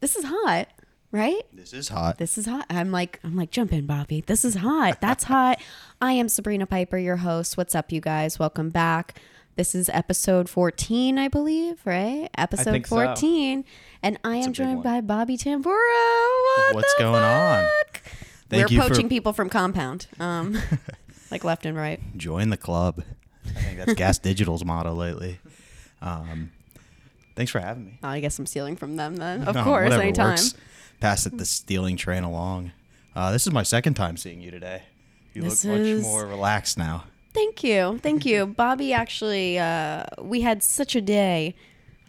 this is hot, right? This is hot. This is hot. I'm like, I'm like, jump in, Bobby. This is hot. That's hot. I am Sabrina Piper, your host. What's up, you guys? Welcome back. This is episode 14, I believe, right? Episode think so. 14. And I am big joined one. by Bobby Tamburo. What What's the going on? fuck? Thank We're you poaching for- people from compound, um, like left and right. Join the club. I think that's Gas Digital's motto lately. Um, thanks for having me. Oh, I guess I'm stealing from them then. Of No, course, whatever anytime. works. Pass it the stealing train along. Uh, this is my second time seeing you today. You This look much is- more relaxed now. Thank you. Thank you. Bobby, actually, uh, we had such a day.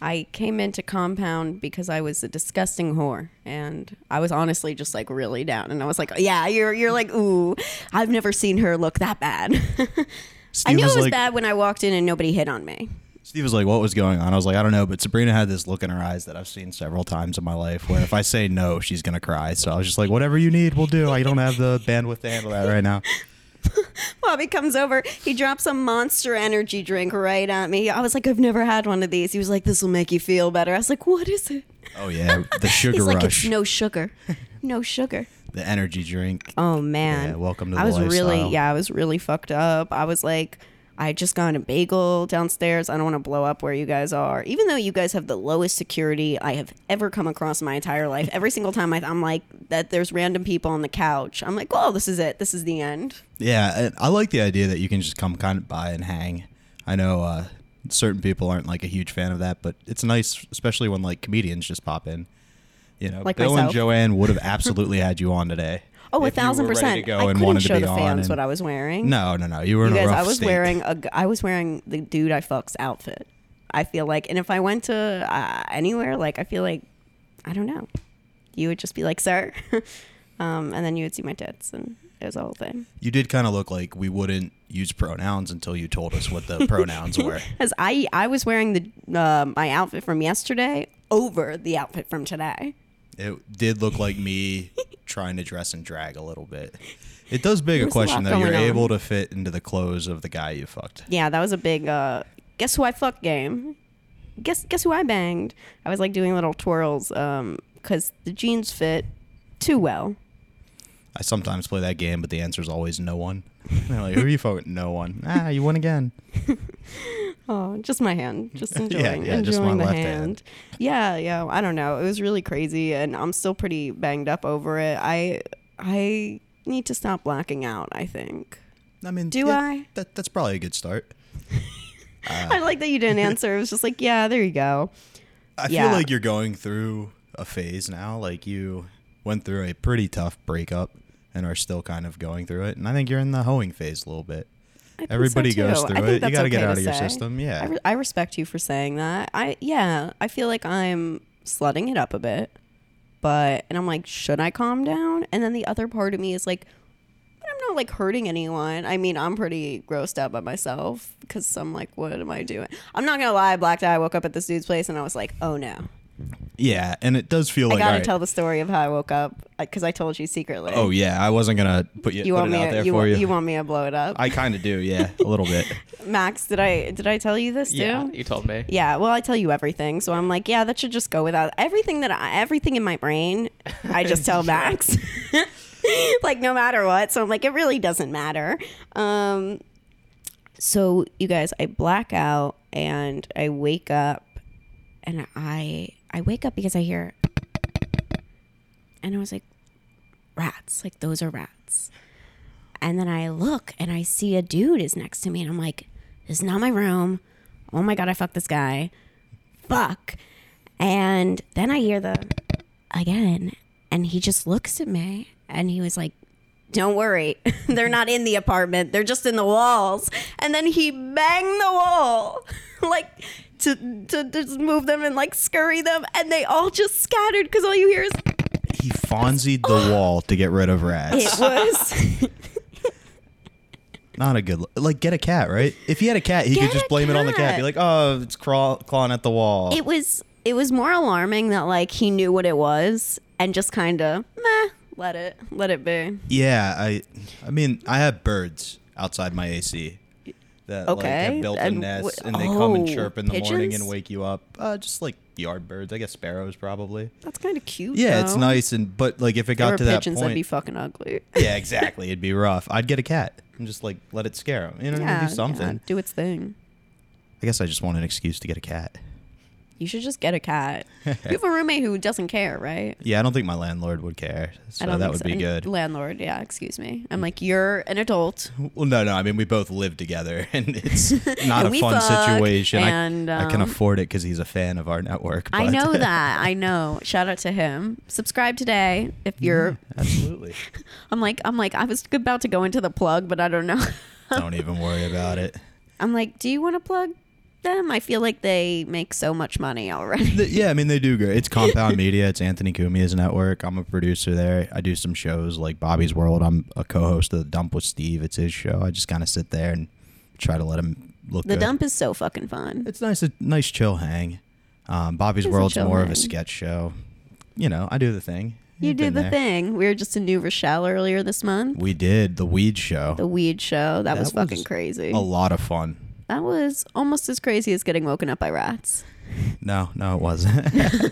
I came into compound because I was a disgusting whore, and I was honestly just like really down. And I was like, "Yeah, you're you're like, ooh, I've never seen her look that bad." I Steve knew it was like, bad when I walked in and nobody hit on me. Steve was like, "What was going on?" I was like, "I don't know," but Sabrina had this look in her eyes that I've seen several times in my life, where if I say no, she's gonna cry. So I was just like, "Whatever you need, we'll do." I don't have the bandwidth to handle that right now. Bobby comes over. He drops a monster energy drink right at me. I was like, "I've never had one of these." He was like, "This will make you feel better." I was like, "What is it?" Oh yeah, the sugar He's like, rush, "It's no sugar, no sugar." the energy drink. Oh man. Yeah, welcome to I was the really lifestyle. yeah, I was really fucked up. I was like I had just gone a bagel downstairs. I don't want to blow up where you guys are. Even though you guys have the lowest security I have ever come across in my entire life. Every single time I, I'm like that there's random people on the couch. I'm like, "Oh, this is it. This is the end." Yeah, and I like the idea that you can just come kind of by and hang. I know uh, certain people aren't like a huge fan of that, but it's nice, especially when like comedians just pop in. You know, Like Bill myself. and Joanne would have absolutely had you on today. Oh, a if you were thousand ready to percent. I go and couldn't wanted to show be the on fans and- what I was wearing. No, no, no. You were you in guys, a rough I was state. wearing a g- I was wearing the dude I fucks outfit. I feel like, and if I went to uh, anywhere, like I feel like, I don't know, you would just be like, sir, um, and then you would see my tits, and it was a whole thing. You did kind of look like we wouldn't use pronouns until you told us what the pronouns were. Because I I was wearing the uh, my outfit from yesterday over the outfit from today. It did look like me trying to dress and drag a little bit. It does beg a There's a lot question though. You're going on. able to fit into the clothes of the guy you fucked. Yeah, that was a big uh, guess who I fuck game. Guess guess who I banged. I was like doing little twirls because the jeans fit too well. I sometimes play that game, but the answer is always no one. They're like, who are you fucking? No one. Ah, you won again. Oh, just my hand. Just enjoying, yeah, enjoying just my the left hand. hand. Yeah, yeah. I don't know. It was really crazy, and I'm still pretty banged up over it. I, I need to stop blacking out. I think. I mean, Do I? That, that's probably a good start. Ah. I like that you didn't answer. It was just like, yeah, there you go. I Yeah. feel like you're going through a phase now. Like you went through a pretty tough breakup and are still kind of going through it. And I think you're in the hoeing phase a little bit. I think so, Everybody goes too. through I think it. You that's got to get okay out to of your say. system. Yeah. I, re- I respect you for saying that. I yeah, I feel like I'm slutting it up a bit, but and I'm like, should I calm down? And then the other part of me is like, but I'm not like hurting anyone. I mean, I'm pretty grossed out by myself because I'm like, what am I doing? I'm not gonna lie, I blacked out. I woke up at this dude's place and I was like, oh no, yeah. And it does feel I like. gotta all right, tell the story of how I woke up because I told you secretly. oh, yeah. I wasn't going to put, you, you put want it me? out to- there you, for want, you. you want me to blow it up? I kind of do. Yeah. A little bit. Max, did I did I tell you this too? Yeah, you told me. Yeah, well, I tell you everything, so I'm like, yeah, that should just go without everything that I, everything in my brain. I just tell Max, like no matter what. So I'm like, it really doesn't matter. Um, so you guys, I black out and I wake up, and I I wake up because I hear, and I was like, rats, like those are rats. And then I look and I see a dude is next to me, and I'm like, this is not my room. Oh my God, I fucked this guy. Fuck. And then I hear the again, and he just looks at me and he was like, don't worry, they're not in the apartment. They're just in the walls. And then he banged the wall, like to, to just move them and like scurry them. And they all just scattered because all you hear is He fonzied the wall to get rid of rats. it was. Not a good lo- like. Get a cat, right? If he had a cat, he Get could just a blame it on the cat. cat. Be like, oh, it's craw- clawing at the wall. it was it was more alarming that like he knew what it was and just kind of meh let it let it be yeah, I, I mean, I have birds outside my AC that like Okay, have built a and nest, wh- and they come and oh, chirp in the morning pigeons? and wake you up. Uh, just like yardbirds. I guess sparrows probably. That's kind of cute. Yeah, it's though. nice and but like if it If there got were to that pigeons, point, that'd be fucking ugly. yeah, exactly, it'd be rough. I'd get a cat and just like let it scare them. You know, yeah, do something. yeah, do its thing. I guess I just want an excuse to get a cat. You should just get a cat. you have a roommate who doesn't care, right? Yeah, I don't think my landlord would care, so that think would so. be And good. Mm. Landlord, yeah, excuse me. I'm like, you're an adult. Well, no, no. I mean, we both live together, and it's not And a we fun fuck, situation. I- and, I, can um, afford it because he's a fan of our network. I but- know that. I know. Shout out to him. Subscribe today if you're. Mm-hmm. Absolutely. I'm like, I'm like, I was about to go into the plug, but I don't know. Don't even worry about it. I'm like, do you want to plug them? I feel like they make so much money already. Th- yeah, I mean, they do great. It's Compound Media. It's Anthony Cumia's network. I'm a producer there. I do some shows like Bobby's World. I'm a co-host of The Dump with Steve. It's his show. I just kind of sit there and try to let him look. The good. dump is so fucking fun. It's nice, a nice chill hang. Um, Bobby's It's a World's chill more of a hang. sketch show. You know, I do the thing. You You've did been the there. thing. We were just in New Rochelle earlier this month. We did the weed show. The weed show. That, That was fucking was crazy. a lot of fun. That was almost as crazy as getting woken up by rats. No, no, it wasn't.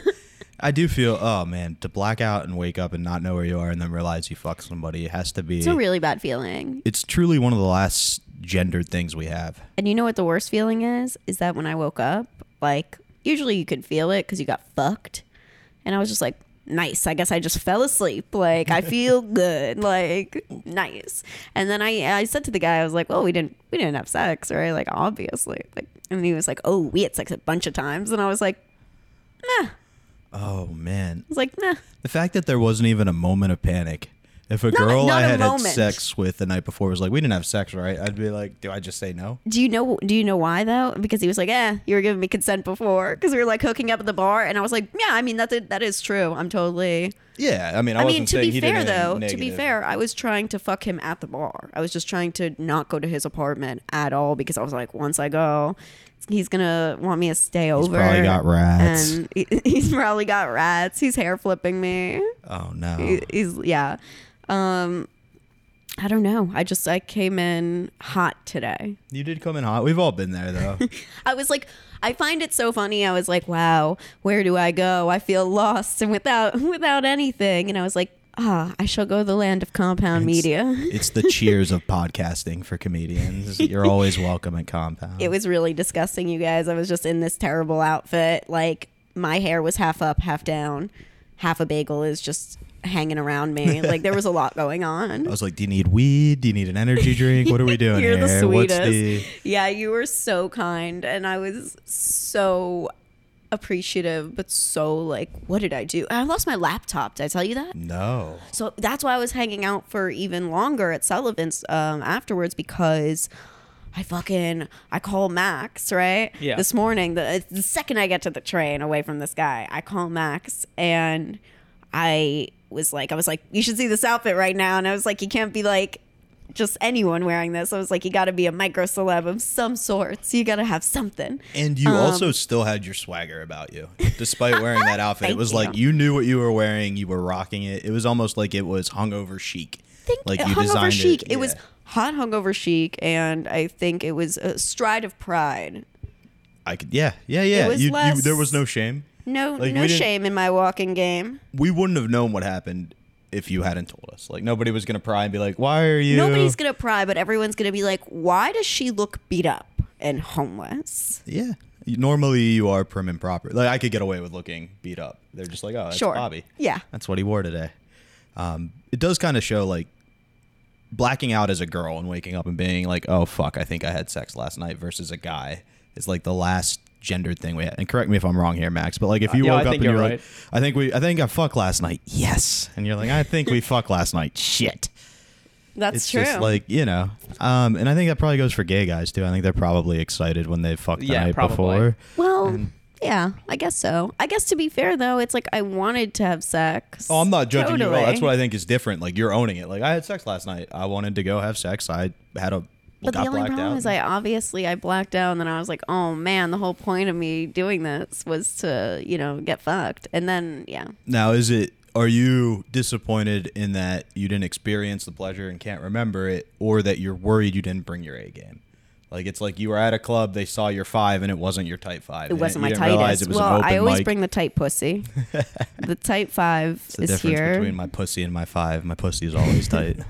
I do feel, oh man, to black out and wake up and not know where you are and then realize you fucked somebody, it has to be. It's a really bad feeling. it's truly one of the last gendered things we have. And you know what the worst feeling is? Is that when I woke up, like, usually you could feel it because you got fucked. And I was just like, nice. I guess I just fell asleep. Like, I feel good. Like, nice. And then I, I said to the guy, I was like, well, we didn't, we didn't have sex, right? Like, obviously. Like, and he was like, oh, we had sex a bunch of times. And I was like, nah. I Oh man, was like, nah. the fact that there wasn't even a moment of panic. If a girl not I a had had moment. sex with the night before was like, "We didn't have sex, right?" I'd be like, "Do I just say no?" Do you know? Do you know why though? Because he was like, "Eh, you were giving me consent before," because we were like hooking up at the bar, and I was like, "Yeah, I mean that that is true. I'm totally." Yeah, I mean, I, I wasn't mean, to saying be he fair did anything though, to be negative. fair, I was trying to fuck him at the bar. I was just trying to not go to his apartment at all because I was like, once I go, he's gonna want me to stay over. probably got rats. And he- he's probably got rats. He's hair flipping me. Oh no, He- He's yeah. Um, I don't know. I just I came in hot today. you did come in hot. We've all been there though. I was like, I find it so funny. I was like, wow, where do I go? I feel lost and without without anything. And I was like, ah, I shall go to the land of compound It's- media. It's the cheers of podcasting for comedians. You're always welcome at Compound. It was really disgusting, you guys. I was just in this terrible outfit. Like my hair was half up, half down. Half a bagel is just hanging around me. Like there was a lot going on. I was like, "Do you need weed? Do you need an energy drink? What are we doing You're here? the What's sweetest. the Yeah, you were so kind, and I was so appreciative, but so like, what did I do? I lost my laptop. Did I tell you that? no?" So that's why I was hanging out for even longer at Sullivan's um, afterwards because I fucking I call Max right Yeah. this morning. The, it's the second I get to the train away from this guy, I call Max and I was like, I was like, you should see this outfit right now, and I was like, you can't be like just anyone wearing this. I was like, you got to be a micro celeb of some sort. So you got to have something. And Um, you also still had your swagger about you, despite wearing that outfit. It Thank was you. like you knew what you were wearing. You were rocking it. It was almost like it was hungover chic. think like hungover chic. It, yeah. was hot hungover chic, and I think it was a stride of pride. I could. Yeah, yeah, yeah. was you, you, less- there was no shame. No, Like, we no didn't- shame in my walking game. We wouldn't have known what happened if you hadn't told us. Like nobody was gonna pry and be like, "Why are you?" Nobody's gonna pry, but everyone's gonna be like, "Why does she look beat up and homeless?" Yeah. Normally you are prim and proper. Like I could get away with looking beat up. They're just like, oh, that's sure, Bobby. yeah, That's what he wore today. Um, it does kind of show like blacking out as a girl and waking up and being like, oh fuck, I think I had sex last night versus a guy is like the last gendered thing we had. And correct me if I'm wrong here, Max, but like if you yeah, I woke up think and you're you're like, right. I think we, I think I fucked last night. Yes, and you're like, I think we fucked last night. Shit that's it's true. just like you know um and i think that probably goes for gay guys too i think they're probably excited when they fuck the Yeah, night probably. before well, yeah, I guess so. I guess to be fair though, it's like I wanted to have sex. oh i'm not judging you at all. that's Totally. what i think is different like you're owning it like i had sex last night i wanted to go have sex i had a But got the only blacked problem out is, I obviously I blacked out, and then I was like, "Oh man, the whole point of me doing this was to, you know, get fucked." And then, yeah, now is it are you disappointed in that you didn't experience the pleasure and can't remember it or that you're worried you didn't bring your a game Like it's like you were at a club, they saw your five, and it wasn't your type five. It They wasn't didn't- my you didn't realize tightest. It was well, an open I always mic. bring the tight pussy. the tight five It's the is difference here. between my pussy and my five. My pussy is always tight.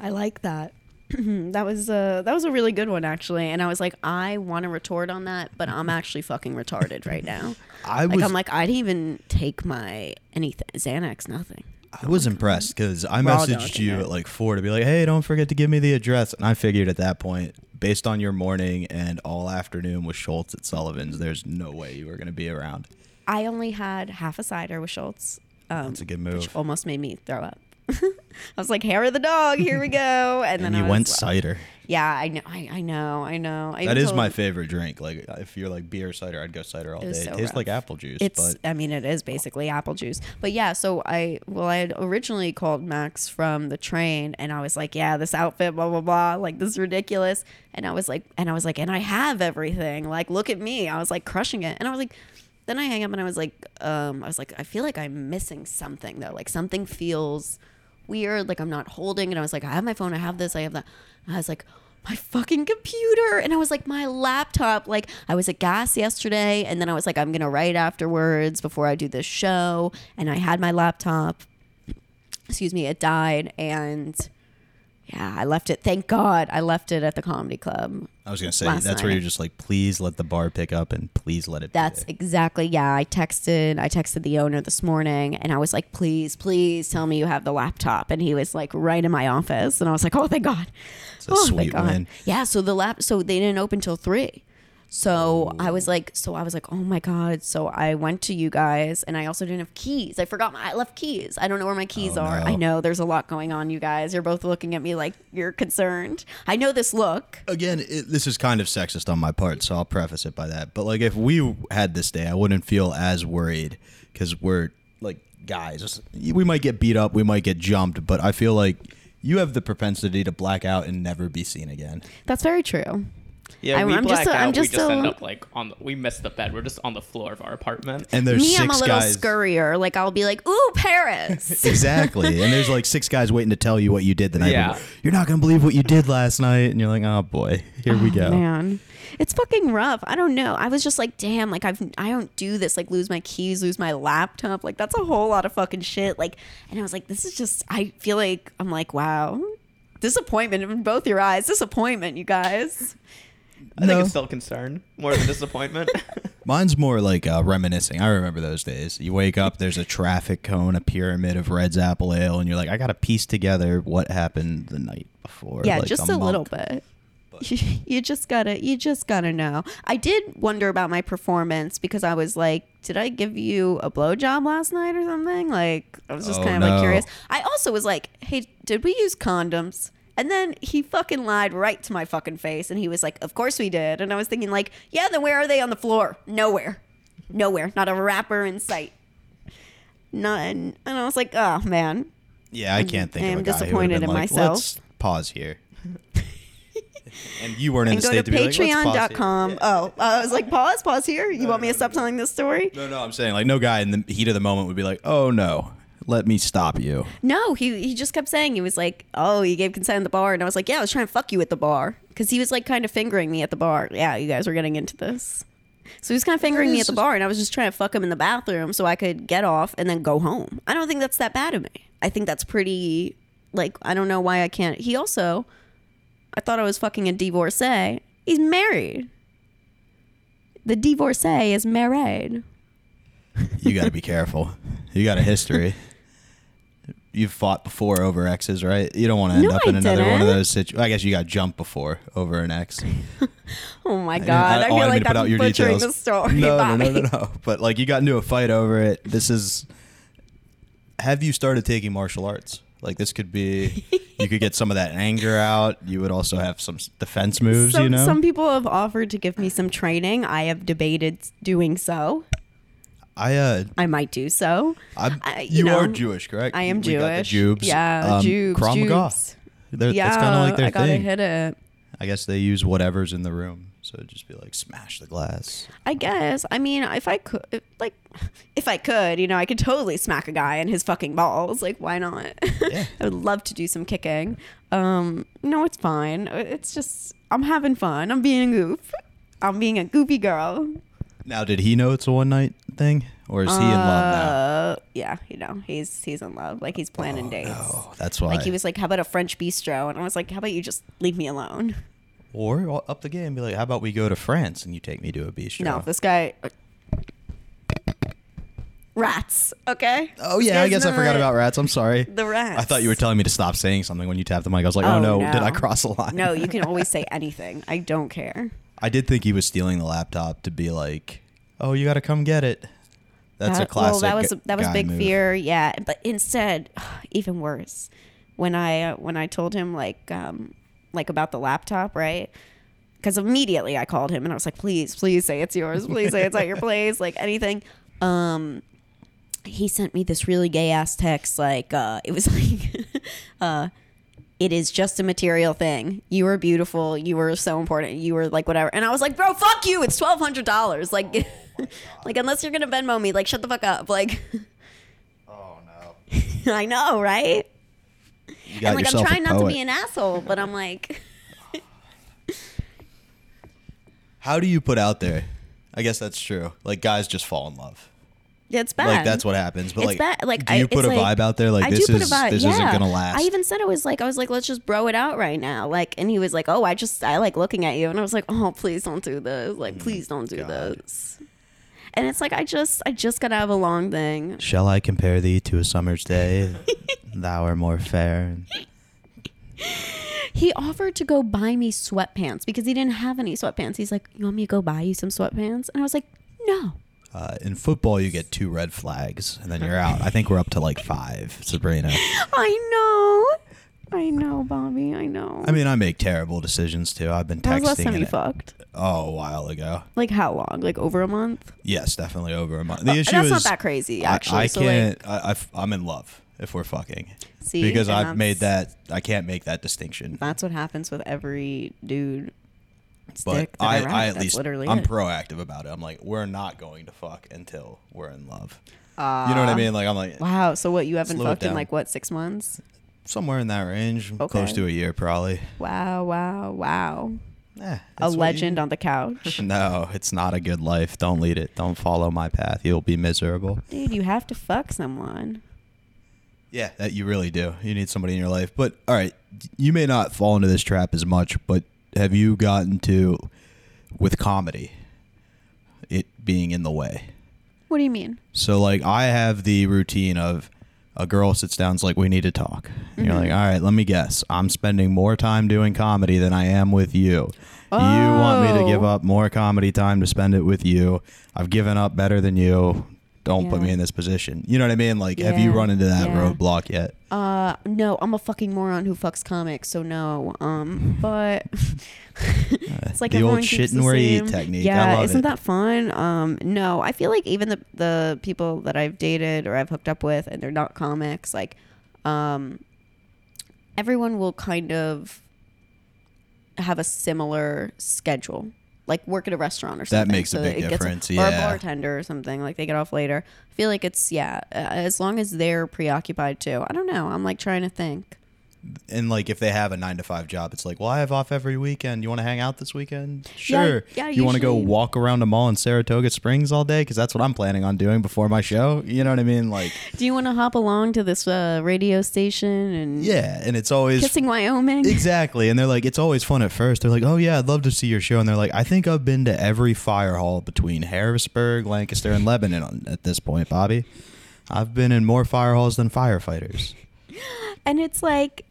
I like that. that was a that was a really good one actually, and I was like, I want to retort on that, but I'm actually fucking retarded right now. I Like was I'm like I didn't even take my anything Xanax, nothing. I was impressed because I We're all messaged doing you it. at like four to be like, hey, don't forget to give me the address. And I figured at that point, based on your morning and all afternoon with Schultz at Sullivan's, there's no way you were going to be around. I only had half a cider with Schultz. Um, That's a good Which move. almost made me throw up. I was like, hair of the dog, here we go. And, then And I you was went like- cider. Yeah, I know, I, I know, I know. I That even is told- my favorite drink. Like if you're like beer cider, I'd go cider all It day. was so it tastes rough. like apple juice, It's, but I mean, it is basically apple juice. But yeah, so I, well, I had originally called Max from the train and I was like, yeah, this outfit, blah, blah, blah. Like, this is ridiculous. And I was like, and I was like, and I have everything. Like, look at me. I was like crushing it. And I was like, then I hang up and I was like, um, I was like, I feel like I'm missing something though. Like, something feels weird. Like, I'm not holding. And I was like, I have my phone. I have this. I have that. And I was like, my fucking computer and i was like my laptop like i was at gas yesterday and then i was like i'm gonna write afterwards before i do this show and i had my laptop excuse me it died and yeah i left it thank god i left it at the comedy club I was going to say, last that's where night. you're just like, please let the bar pick up and please let it. be That's there." exactly yeah. I texted I texted the owner this morning and I was like, please, please tell me you have the laptop. And he was like right in my office. And I was like, Oh thank God. It's Oh a sweet win. Yeah, so the lap so they didn't open till three. So I was like so I was like, Oh my God. So I went to you guys and I also didn't have keys. I forgot my I left keys. I don't know where my keys Oh, are. no. I know there's a lot going on, you guys. You're both looking at me like you're concerned. I know this look. again, it, this is kind of sexist on my part, so I'll preface it by that. But like, if we had this day, I wouldn't feel as worried because we're like guys. We might get beat up, we might get jumped, but I feel like you have the propensity to black out and never be seen again. That's very true. Yeah, I'm- we I'm just black a- out. I'm just we just a- end up like on. The, we missed the bed. We're just on the floor of our apartment. And there's me, 6 I'm a little guys. scurrier. Like I'll be like, "Ooh, Paris." Exactly, and there's like six guys waiting to tell you what you did the night Yeah. before. You're not gonna believe what you did last night, and you're like, "Oh boy, here we go." Man, it's fucking rough. I don't know. I was just like, "Damn!" Like I've I don't do this. Like lose my keys, lose my laptop. Like that's a whole lot of fucking shit. Like, and I was like, "This is just." I feel like I'm like, "Wow." Disappointment in both your eyes. Disappointment, you guys. I think No. it's still concern more than disappointment. Mine's more like uh, reminiscing. I remember those days. You wake up, there's a traffic cone, a pyramid of Red's apple ale, and you're like, I got to piece together what happened the night before. yeah, like just a monk. little bit. you just gotta, you just gotta know. I did wonder about my performance because I was like, did I give you a blowjob last night or something? Like, I was just Oh, kind of like no. curious. I also was like, hey, did we use condoms? And then he fucking lied right to my fucking face, and he was like, of course we did. And I was thinking like, yeah, then where are they on the floor? Nowhere, nowhere, not a rapper in sight. None. And I was like, oh man, Yeah, I can't think I'm of a guy who would've disappointed been in like, myself. Let's pause here. and you weren't in and the go to, state to, be like, "Let's pause here." patreon.com. Oh, I was like, pause, pause here. You want me to stop telling this story? No, no, I'm saying like no guy in the heat of the moment would be like, oh no, let me stop you. No, he, he just kept saying, he was like, oh, you gave consent at the bar. And I was like, yeah, I was trying to fuck you at the bar. Because he was like kind of fingering me at the bar. Yeah, you guys were getting into this. So he was kind of fingering me at the bar, and I was just trying to fuck him in the bathroom so I could get off and then go home. I don't think that's that bad of me. I think that's pretty, like, I don't know why I can't. He also, I thought I was fucking a divorcee. He's married. The divorcee is married. You got to be careful. You got a history. You've fought before over exes, right? You don't want to end No, up in I another one of didn't. those situations. I guess you got jumped before over an ex. Oh my I, god! I, oh, feel I didn't mean like to put I'm out your butchering details. the story. No, Bye. no, no, no, no. But like you got into a fight over it. This is. Have you started taking martial arts? Like this could be, you could get some of that anger out. You would also have some s- defense moves. Some, you know, some people have offered to give me some training. I have debated doing so. I, uh, I might do so. I'm, I- you, you know, are Jewish, correct? I am We got the Jewish. Jubes. Yeah, um, Jubes, Krav Maga. Jubes. They're- yeah, that's kind of like their I gotta thing. hit it. I guess they use whatever's in the room. So it'd just be like smash the glass. I guess. I mean, if I could, if- like, if I could, you know, I could totally smack a guy in his fucking balls. Like, why not? Yeah. I would love to do some kicking. Um, no, it's fine. It's just I'm having fun. I'm being a goof. I'm being a goofy girl. Now, did he know it's a one night thing, or is he in love now? Uh, yeah, you know, he's he's in love. Like he's planning dates. Oh, that's why. Like he was like, how about a French bistro? And I was like, how about you just leave me alone? or I'll up the game and be like, how about we go to France and you take me to a bistro? No, this guy. Rats. Okay. Oh This yeah, I guy's guess I forgot not- about rats. I'm sorry. The rats. I thought you were telling me to stop saying something when you tapped the mic. I was like, oh, no, did I cross a line? No, you can always say anything. I don't care. I did think he was stealing the laptop to be like, oh, you got to come get it. That's That- a classic. Well, that was gu- that was guy big move. fear. Yeah, but instead, even worse, when I uh, when I told him like um like about the laptop, right? Because immediately I called him and I was like, please, please say it's yours. Please say it's at your place. Like anything. Um, he sent me this really gay ass text. Like uh, it was like. uh, it is just a material thing. You are beautiful. You are so important. You are like whatever. And I was like, bro, fuck you. It's twelve hundred dollars. Like, like unless you're gonna Venmo me, like shut the fuck up. Like, Oh no! I know, right? You And got like I'm yourself trying a not to poet. be an asshole, but I'm like, How do you put out there? I guess that's true. Like guys just fall in love. it's bad. Like that's what happens. But It's like, bad. Like do I, you put it's a like- vibe out there? Like I this do put is a vibe- this yeah. isn't gonna last. I even said it was like I was like, let's just bro it out right now. Like, and he was like, oh, I just I like looking at you, and I was like, oh, please don't do this. Like, please don't do God. this. And it's like I just I just gotta have a long thing. Shall I compare thee to a summer's day? Thou art more fair. He offered to go buy me sweatpants because he didn't have any sweatpants. He's like, You want me to go buy you some sweatpants? And I was like, No. Uh, in football, you get two red flags and then you're out. I think we're up to like five, Sabrina. I know. I know, Bobby. I know. I mean, I make terrible decisions too. I've been texting. when was the last time and you it- fucked? Oh, a while ago. Like how long? Like over a month? Yes, definitely over a month. The issue Oh, That's not is that crazy, I- actually. I, So, like- can't. I, am in love if we're fucking. See, because and I've made that's- that. I can't make that distinction. That's what happens with every dude. But Stick that I, I, ride. I at That's least literally I'm it. proactive about it. I'm like, we're not going to fuck until we're in love. you know what I mean? Like I'm like Ah, Wow. So what? You haven't Slow it fucked in down. like what six months? somewhere in that range, close Okay. to a year probably. Wow. Wow. Wow. Eh, it's A what you- legend on the couch. No, it's not a good life. Don't lead it. Don't follow my path. You'll be miserable. Dude, you have to fuck someone. Yeah, that you really do. You need somebody in your life. But all right, you may not fall into this trap as much, but have you gotten to with comedy it being in the way? What do you mean? So like I have the routine of a girl sits down and's like we need to talk. And Mm-hmm. You're like, "All right, let me guess. I'm spending more time doing comedy than I am with you. You want me to give Oh. up more comedy time to spend it with you. I've given up better than you. Don't put Yeah. me in this position." You know what I mean? Like, have you Yeah, run into that yeah. roadblock yet? Uh, no, I'm a fucking moron who fucks comics, so no. Um, but it's like Uh, the old everyone keeps shit the and where you eat same- technique. I Yeah, love isn't it. that fun? Um, no, I feel like even the the people that I've dated or I've hooked up with, and they're not comics, like, um, everyone will kind of have a similar schedule. Like work at a restaurant or something. makes a so big it gets- difference, Or a yeah. bartender or something. Like they get off later. I feel like it's yeah. uh, As long as they're preoccupied too. I don't know. I'm like trying to think. And like if they have a 9 to 5 job, it's like, "Well, I have off every weekend. You want to hang out this weekend?" Sure. yeah, you want to go usually- walk around a mall in Saratoga Springs all day cuz that's what I'm planning on doing before my show. You know what I mean? Like, Do you want to hop along to this uh, radio station and yeah, and it's always kissing Wyoming? Exactly. And they're like, it's always fun at first. They're like, oh, yeah, I'd love to see your show. And they're like, I think I've been to every fire hall between Harrisburg, Lancaster, and Lebanon on- at this point, Bobby. I've been in more fire halls than firefighters. And it's like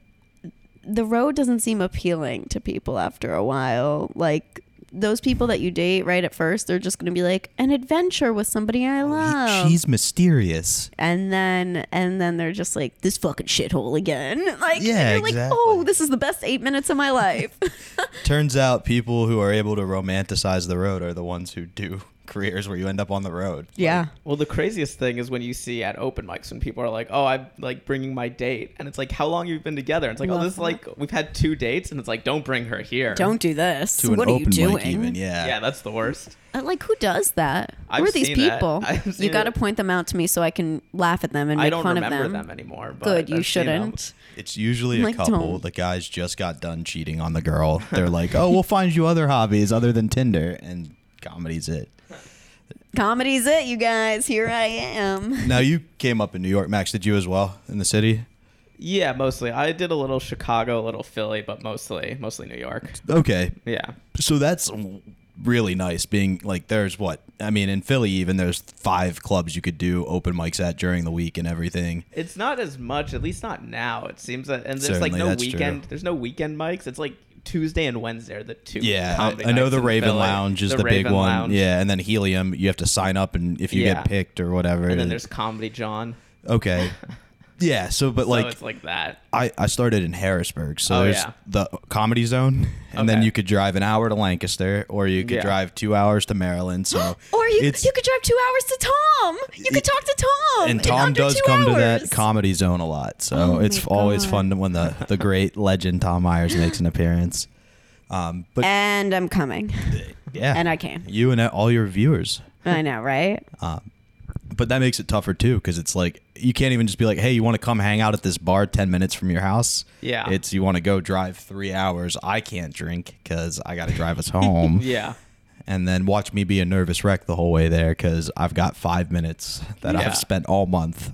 the road doesn't seem appealing to people after a while. Like those people that you date right at first, they're just going to be like an adventure with somebody Oh, I love. She's mysterious. and then and then they're just like this fucking shithole again. Like Yeah, you're like, exactly. "Oh, this is the best 8 minutes of my life." Turns out people who are able to romanticize the road are the ones who do careers where you end up on the road. Yeah. Well, the craziest thing is when you see at open mics when people are like, "Oh, I'm like bringing my date," and it's like, "How long have you been together?" And it's like, "Oh, Love this is that. like we've had two dates," and it's like, "Don't bring her here." Don't do this. To what an are you open doing? mic, even yeah. Yeah, that's the worst. Uh, Like who does that? I've who are these seen that. people? I've seen You got to it. point them out to me so I can laugh at them and make I don't fun remember of them. them. anymore. But Good, you I've seen them. shouldn't. It's usually a Like, couple. don't. The guys just got done cheating on the girl. They're like, "Oh, we'll find you other hobbies other than Tinder," and comedy's it. Comedy's it, you guys. Here I am. Now you came up in New York, Max. Did you as well in the city? Yeah, mostly. I did a little Chicago, a little Philly, but mostly mostly New York. Okay, Yeah. so that's really nice. Being like, there's what I mean in Philly. Even there's five clubs you could do open mics at during the week and everything. It's not as much, at least not now. It seems that, and there's Certainly, like no that's weekend. true. There's no weekend mics. It's like Tuesday and Wednesday are the two. Yeah, um, comedy I, I know nights the in Raven Philly. Lounge is the, big Raven one. Lounge. Yeah, and then Helium, you have to sign up, and if you Yeah. get picked or whatever, and then there's Comedy John. okay. Yeah, so but so like it's like that. I, I started in Harrisburg, so Oh, there's yeah. the comedy zone, and then Okay. you could drive an hour to Lancaster, or you could Yeah. drive two hours to Maryland. So Or you it's- you could drive two hours to Tom. You could talk to Tom. in and Tom under does two come to hours. that comedy zone a lot, so Oh it's my always God. fun when the the great legend Tom Myers makes an appearance. Um, but and I'm coming. yeah, and I can. you and all your viewers. I know, right? But that makes it tougher too, because it's like you can't even just be like, "Hey, you want to come hang out at this bar ten minutes from your house?" Yeah. it's you want to go drive three hours. I can't drink because I got to drive us home. Yeah. and then watch me be a nervous wreck the whole way there because I've got five minutes that Yeah. I've spent all month.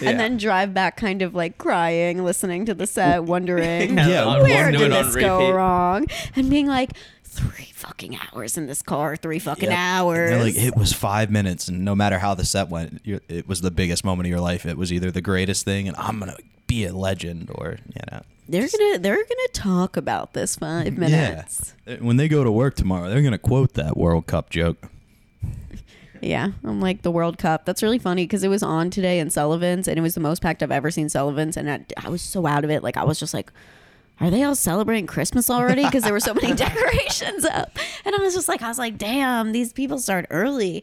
yeah. And then drive back, kind of like crying, listening to the set, wondering Yeah, I'll where do did it on this go repeat. wrong, and being like three fucking hours in this car, three fucking hours. And they're like it was five minutes, and no matter how the set went, you- it was the biggest moment of your life. It was either the greatest thing, and I'm gonna be a legend, or you know. they're gonna they're gonna talk about this five minutes. Yeah. Uh, When they go to work tomorrow, they're going to quote that World Cup joke. Yeah, I'm like the World Cup. That's really funny because it was on today in Sullivan's, and it was the most packed I've ever seen Sullivan's, and I, I was so out of it. Like I was just like, are they all celebrating Christmas already? Because there were so many decorations up, and I was just like, I was like, damn, these people start early,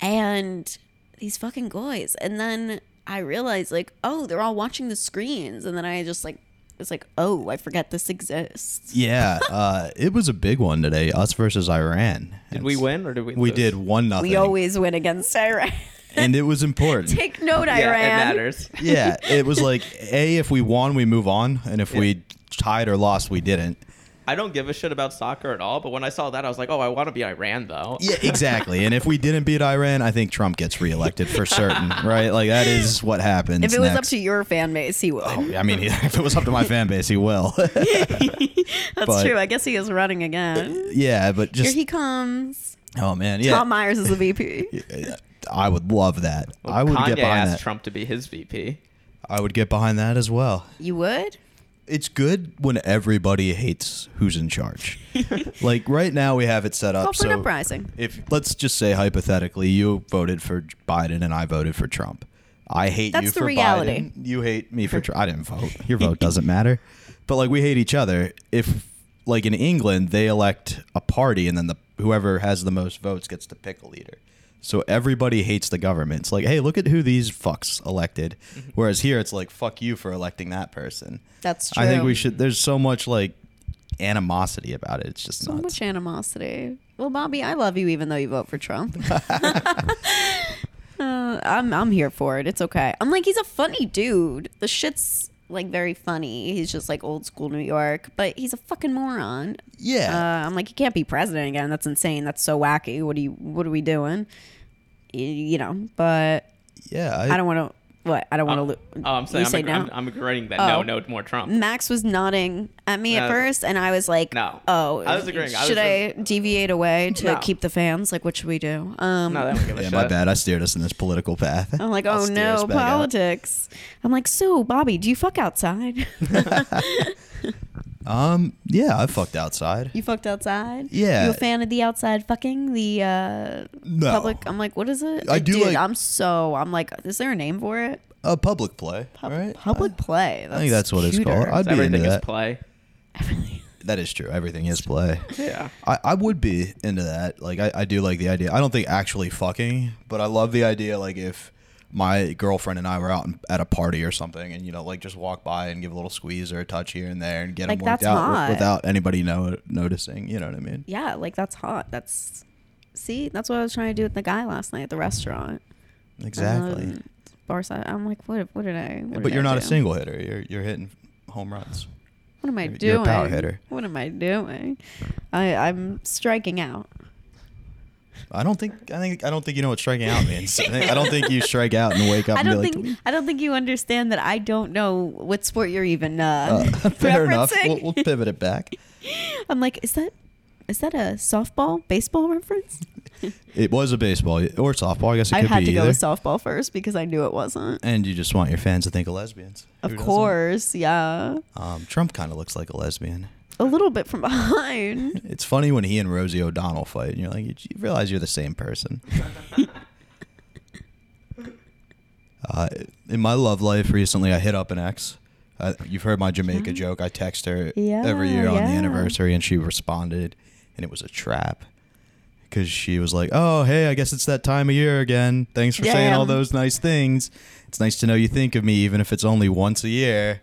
and these fucking goys. And then I realized like, oh, they're all watching the screens, and then I just like was like, oh, I forget this exists. Yeah, uh, it was a big one today. Us versus Iran. Did we win or did we? We lose? did one nothing. We always win against Iran. and it was important. Take note, Yeah, Iran. it matters. yeah, it was like a if we won, we move on, and if we tied or lost, we didn't. I don't give a shit about soccer at all, but when I saw that, I was like, oh, I want to be Iran though. Yeah, exactly. and if we didn't beat Iran, I think Trump gets reelected for certain, right? Like that is what happens. If it was up next. Oh, to your fan base, he would. I mean, if it was up to my fan base, he will. That's but- true. I guess he is running again. yeah, but Here just he comes. oh man, yeah. Tom Myers is the VP. I would love that. Well, I would Kanye get behind asked that. Trump to be his VP. I would get behind that as well. you would? It's good when everybody hates who's in charge. like right now, we have it set up. Call for an Uh, so uprising. If let's just say hypothetically, you voted for Biden and I voted for Trump. I hate you That's the for reality. Biden. You hate me for Trump. I didn't vote. Your vote doesn't matter. But like we hate each other. If like in England, they elect a party and then the whoever has the most votes gets to pick a leader. So everybody hates the government. It's like, hey, look at who these fucks elected. Mm-hmm. Whereas here, it's like, fuck you for electing that person. That's I think true. we should. There's so much like animosity about it. It's just So nuts. much animosity. Well, Bobby, I love you even though you vote for Trump. Uh, I'm I'm here for it. It's okay. I'm like he's a funny dude. The shit's like very funny. He's just like old school New York, but he's a fucking moron. Uh, yeah. I'm like he can't be president again. That's insane. That's so wacky. What are you? What are we doing? Y- You know, but yeah. I don't want to. What I don't want to. lo- Oh, I'm saying you I'm, say ag- no. I'm, I'm agreeing that Oh. no, no more Trump. Max was nodding at me at No. first, and I was like, No. Oh, I was agreeing. I was Should I, deviate away to No. keep the fans? Like, what should we do? Um, No, they don't give a Yeah, shit. my bad. I steered us in this political path. I'm like, I'll oh steer us no, back out. politics. I'm like, so Bobby, do you fuck outside? Um, yeah, I fucked outside. you fucked outside? Yeah. You a fan of the outside fucking the uh, No, public? I'm like, what is it? I do Dude, like- I'm so. I'm like, is there a name for it? a public play, right? Public play. I think that's what it's cuter. called. I'd be into Everything is that. play. that is true. Everything is play. Yeah. I, I would be into that. Like I, I do like the idea. I don't think actually fucking, but I love the idea like if my girlfriend and I were out and- at a party or something and you know like just walk by and give a little squeeze or a touch here and there and get Like, them worked that's out wi- hot. without anybody know, noticing, you know what I mean? Yeah, like that's hot. That's see, that's what I was trying to do with the guy last night at the restaurant. Exactly. Um, bar side. I'm like, what? What did I? What but did you're I not a do? single hitter. You're you're hitting home runs. What am I You're- doing? you're a power hitter. What am I doing? I I'm striking out. I don't think I think I don't think you know what striking out means. I, think, I don't think you strike out and wake up I and be don't like think I don't think you understand that I don't know what sport you're even uh, uh, fair enough. referencing. We'll, we'll pivot it back. I'm like, is that is that a softball baseball reference? It was a baseball or softball. I guess it I could had be to go either. with softball first because I knew it wasn't. and you just want your fans to think of lesbians. Of Who doesn't? course, yeah. Um, Trump kind of looks like a lesbian. A little bit from behind. It's funny when he and Rosie O'Donnell fight, and you're like, you, you realize you're the same person. uh, in my love life recently, I hit up an ex. Uh, you've heard my Jamaica joke. I text her Yeah, every year on the yeah. anniversary, and she responded, and it was a trap. Because she was like, oh, hey, I guess it's that time of year again. Thanks for saying all Damn. those nice things. It's nice to know you think of me, even if it's only once a year.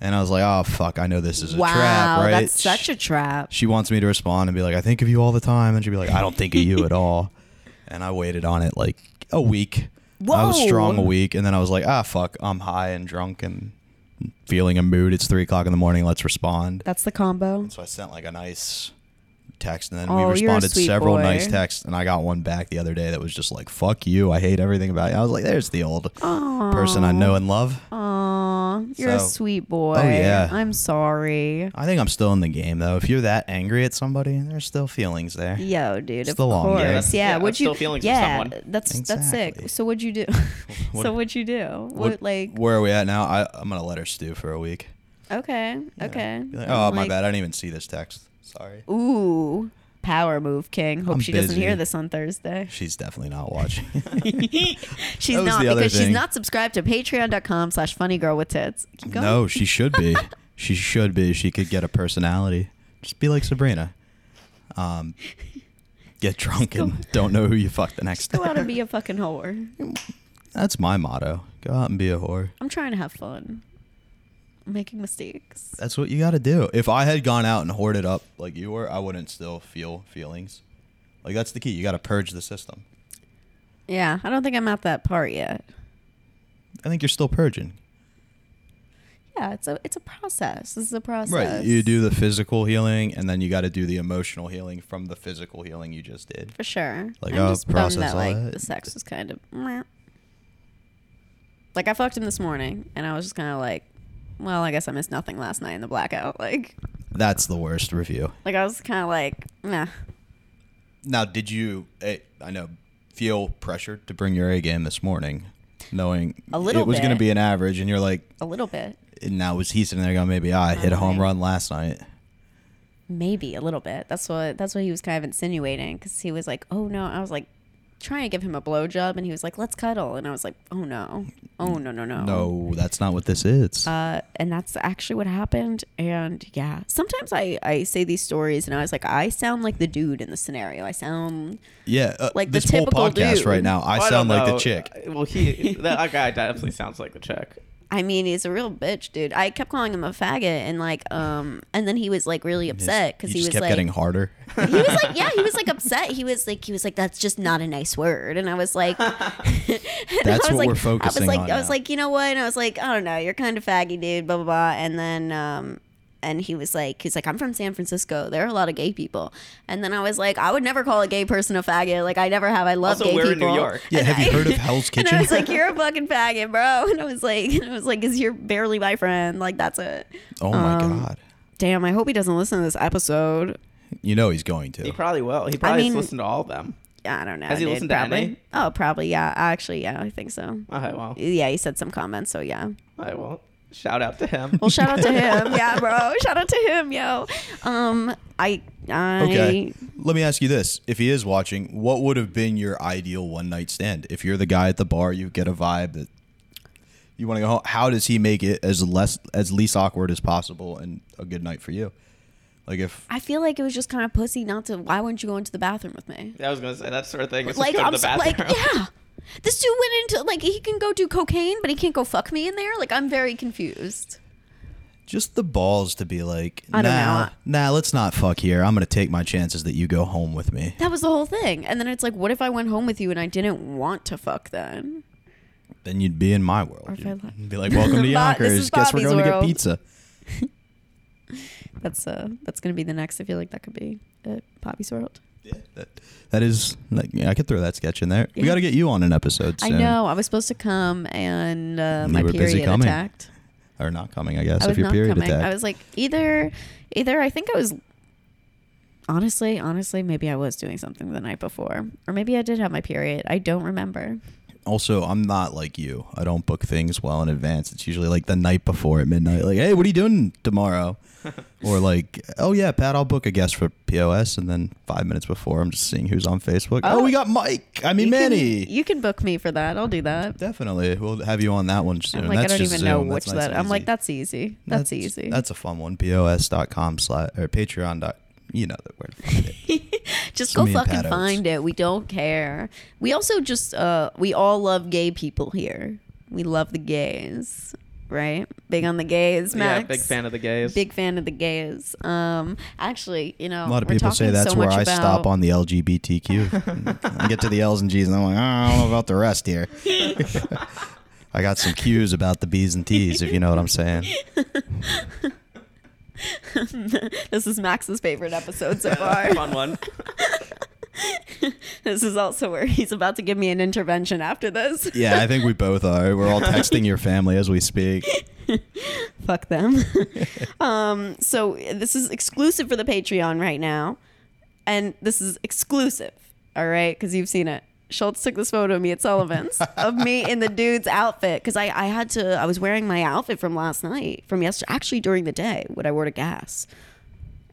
And I was like, oh, fuck, I know this is a trap, right? that's such a trap. she wants me to respond and be like, I think of you all the time. And she'd be like, I don't think of you at all. And I waited on it like a week. I was Whoa. strong a week. And then I was like, ah, fuck, I'm high and drunk and feeling a mood. It's three o'clock in the morning. Let's respond. That's the combo. So I sent like a nice text. And then Oh, you're we a responded sweet several boy. nice texts. And I got one back the other day that was just like, fuck you. I hate everything about you. I was like, there's the old person I know and love. Aw, you're a So- sweet boy. Oh, yeah. I'm sorry. I think I'm still in the game though. If you're that angry at somebody, there's still feelings there. Yo, dude, It's of the long course. game. Yeah, that's- yeah, yeah, what'd that's you still feelings of Yeah, someone. that's that's Exactly. sick. So what'd you do? What- so what'd you do? What, What- like where are we at now? I, I'm gonna let her stew for a week. okay, okay. Be like, I'm oh, my Mm-hmm. like, bad. I didn't even see this text. Sorry. Ooh, power move, King. Hope I'm she doesn't busy. hear this on Thursday. She's definitely not watching. She's That was not the other because she's thing. not subscribed to patreon.com slash funny girl with tits. Keep going. no, she should be. she should be. She could get a personality. Just be like Sabrina. Um, get drunk and don't know who you fuck the next Go day. out and be a fucking whore. That's my motto. Go out and be a whore. I'm trying to have fun. I'm making mistakes. That's what you got to do. If I had gone out and hoarded up like you were, I wouldn't still feel feelings. Like that's the key. You got to purge the system. Yeah, I don't think I'm at that part yet. I think you're still purging. Yeah, it's a it's a process. This is a process. Right. You do the physical healing and then you got to do the emotional healing from the physical healing you just did. for sure. Like, I'm oh, just bummed process that all like that. the sex was kind of meh. like I fucked him this morning, and I was just kind of like, well, I guess I missed nothing last night in the blackout. Like, That's the worst review. like I was kind of like, nah. Now, did you, eh, I know, feel pressured to bring your A game this morning, knowing A little it was going to bit. be an average, and you're like, A little bit. and now was he sitting there going, maybe I hit a home Alright. run last night? Maybe a little bit. That's what that's what he was kind of insinuating because he was like, "Oh no," I was like trying to give him a blowjob, and he was like, "Let's cuddle," and I was like, "Oh no, oh no, no, no, No, that's not what this is. Uh, and that's actually what happened. And yeah, sometimes I, I say these stories and I was like, I sound like the dude in the scenario. I sound yeah, uh, like the this whole typical podcast dude. right now, I Well, sound don't like the know. Uh, chick. Well, he that guy definitely sounds like the chick. I mean, he's a real bitch, dude. I kept calling him a faggot, and like, um, and then he was like really upset because he You just was kept like, getting harder. he was like, yeah, he was like upset. He was like, he was like, that's just not a nice word. And I was like, and That's I was what like, we're focusing I was like, on I was now. like, you know what? And I was like, I don't know, you're kind of faggy, dude. Blah blah blah. And then, um, and he was like, he's like, I'm from San Francisco. There are a lot of gay people. And then I was like, I would never call a gay person a faggot. Like I never have. I love Also, gay we're in people. New York. Yeah, have you I- heard of Hell's And Kitchen? I was like, you're a fucking faggot, bro. And I was like, and I was like, is you're barely my friend. Like that's it. oh my um, god, Damn, I hope he doesn't listen to this episode. you know he's going to. He probably will. He probably mean- has listened to all of them. I don't know. Has he dude, listened to probably. any? Oh, probably. Yeah. Actually, yeah, I think so. Okay, well, Yeah, he said some comments. So yeah. I will. Shout out to him. Well, shout out to him. yeah, bro. Shout out to him, yo. Um, I, I. Okay. Let me ask you this. If he is watching, what would have been your ideal one night stand? If you're the guy at the bar, you get a vibe that you want to go home. How does he make it as less as least awkward as possible and a good night for you? Like if I feel like it was just kind of pussy not to. Why wouldn't you go into the bathroom with me? I was gonna say that sort of thing. It's like just go I'm to the s- like bathroom. yeah. This dude went into like he can go do cocaine, but he can't go fuck me in there. Like I'm very confused. just the balls to be like, I don't nah, know. nah, let's not fuck here. I'm gonna take my chances that you go home with me. That was the whole thing. And then it's like, what if I went home with you and I didn't want to fuck then? Then you'd be in my world. Or if I li- You'd be like, welcome to Bob- this Yonkers. is Guess we're Bobby's going to get world. pizza. That's uh that's gonna be the next. I feel like that could be uh, Bobby's world. That, that is like yeah, I could throw that sketch in there. We Yeah. got to get you on an episode I soon. know. I was supposed to come and uh, You my were busy period coming. attacked. Or not coming, I guess. I was if your not period coming. attack. I was like either either I think I was honestly, honestly, maybe I was doing something the night before. Or maybe I did have my period. I don't remember. also, I'm not like you. I don't book things well in advance. It's usually like the night before at midnight. Like, hey, what are you doing tomorrow? or like, oh yeah, Pat, I'll book a guest for POS, and then five minutes before, I'm just seeing who's on Facebook. Oh, Oh. we got Mike. I mean, you Manny. Can, you can book me for that. I'll do that. Definitely, we'll have you on that one soon. I'm like, I That's don't even just know Zoom. which That's nice that. and I'm like, easy. that's easy. That's, easy. That's a fun one. POS.com slash or Patreon. dot- You know the word. Find it. just So go me and fucking Pat Oates. find it. We don't care. We also just uh we all love gay people here. We love the gays, right? Big on the gays, Max. Yeah, big fan of the gays. Big fan of the gays. Um, actually, you know, A lot of Oh, we're people say talking that's so where much I about, stop on the LGBTQ. I get to the L's and G's, and I'm like, "Ah, I don't know about the rest here. I got some cues about the B's and T's, if you know what I'm saying. This is Max's favorite episode so far. Fun one. this is also where he's about to give me an intervention after this. Yeah, I think we both are. We're all texting your family as we speak. fuck them. um, so this is exclusive for the Patreon right now, and this is exclusive, all right? Because you've seen it. Schultz took this photo of me at Sullivan's of me in the dude's outfit because I, I had to I was wearing my outfit from last night from yesterday actually during the day what I wore to gas,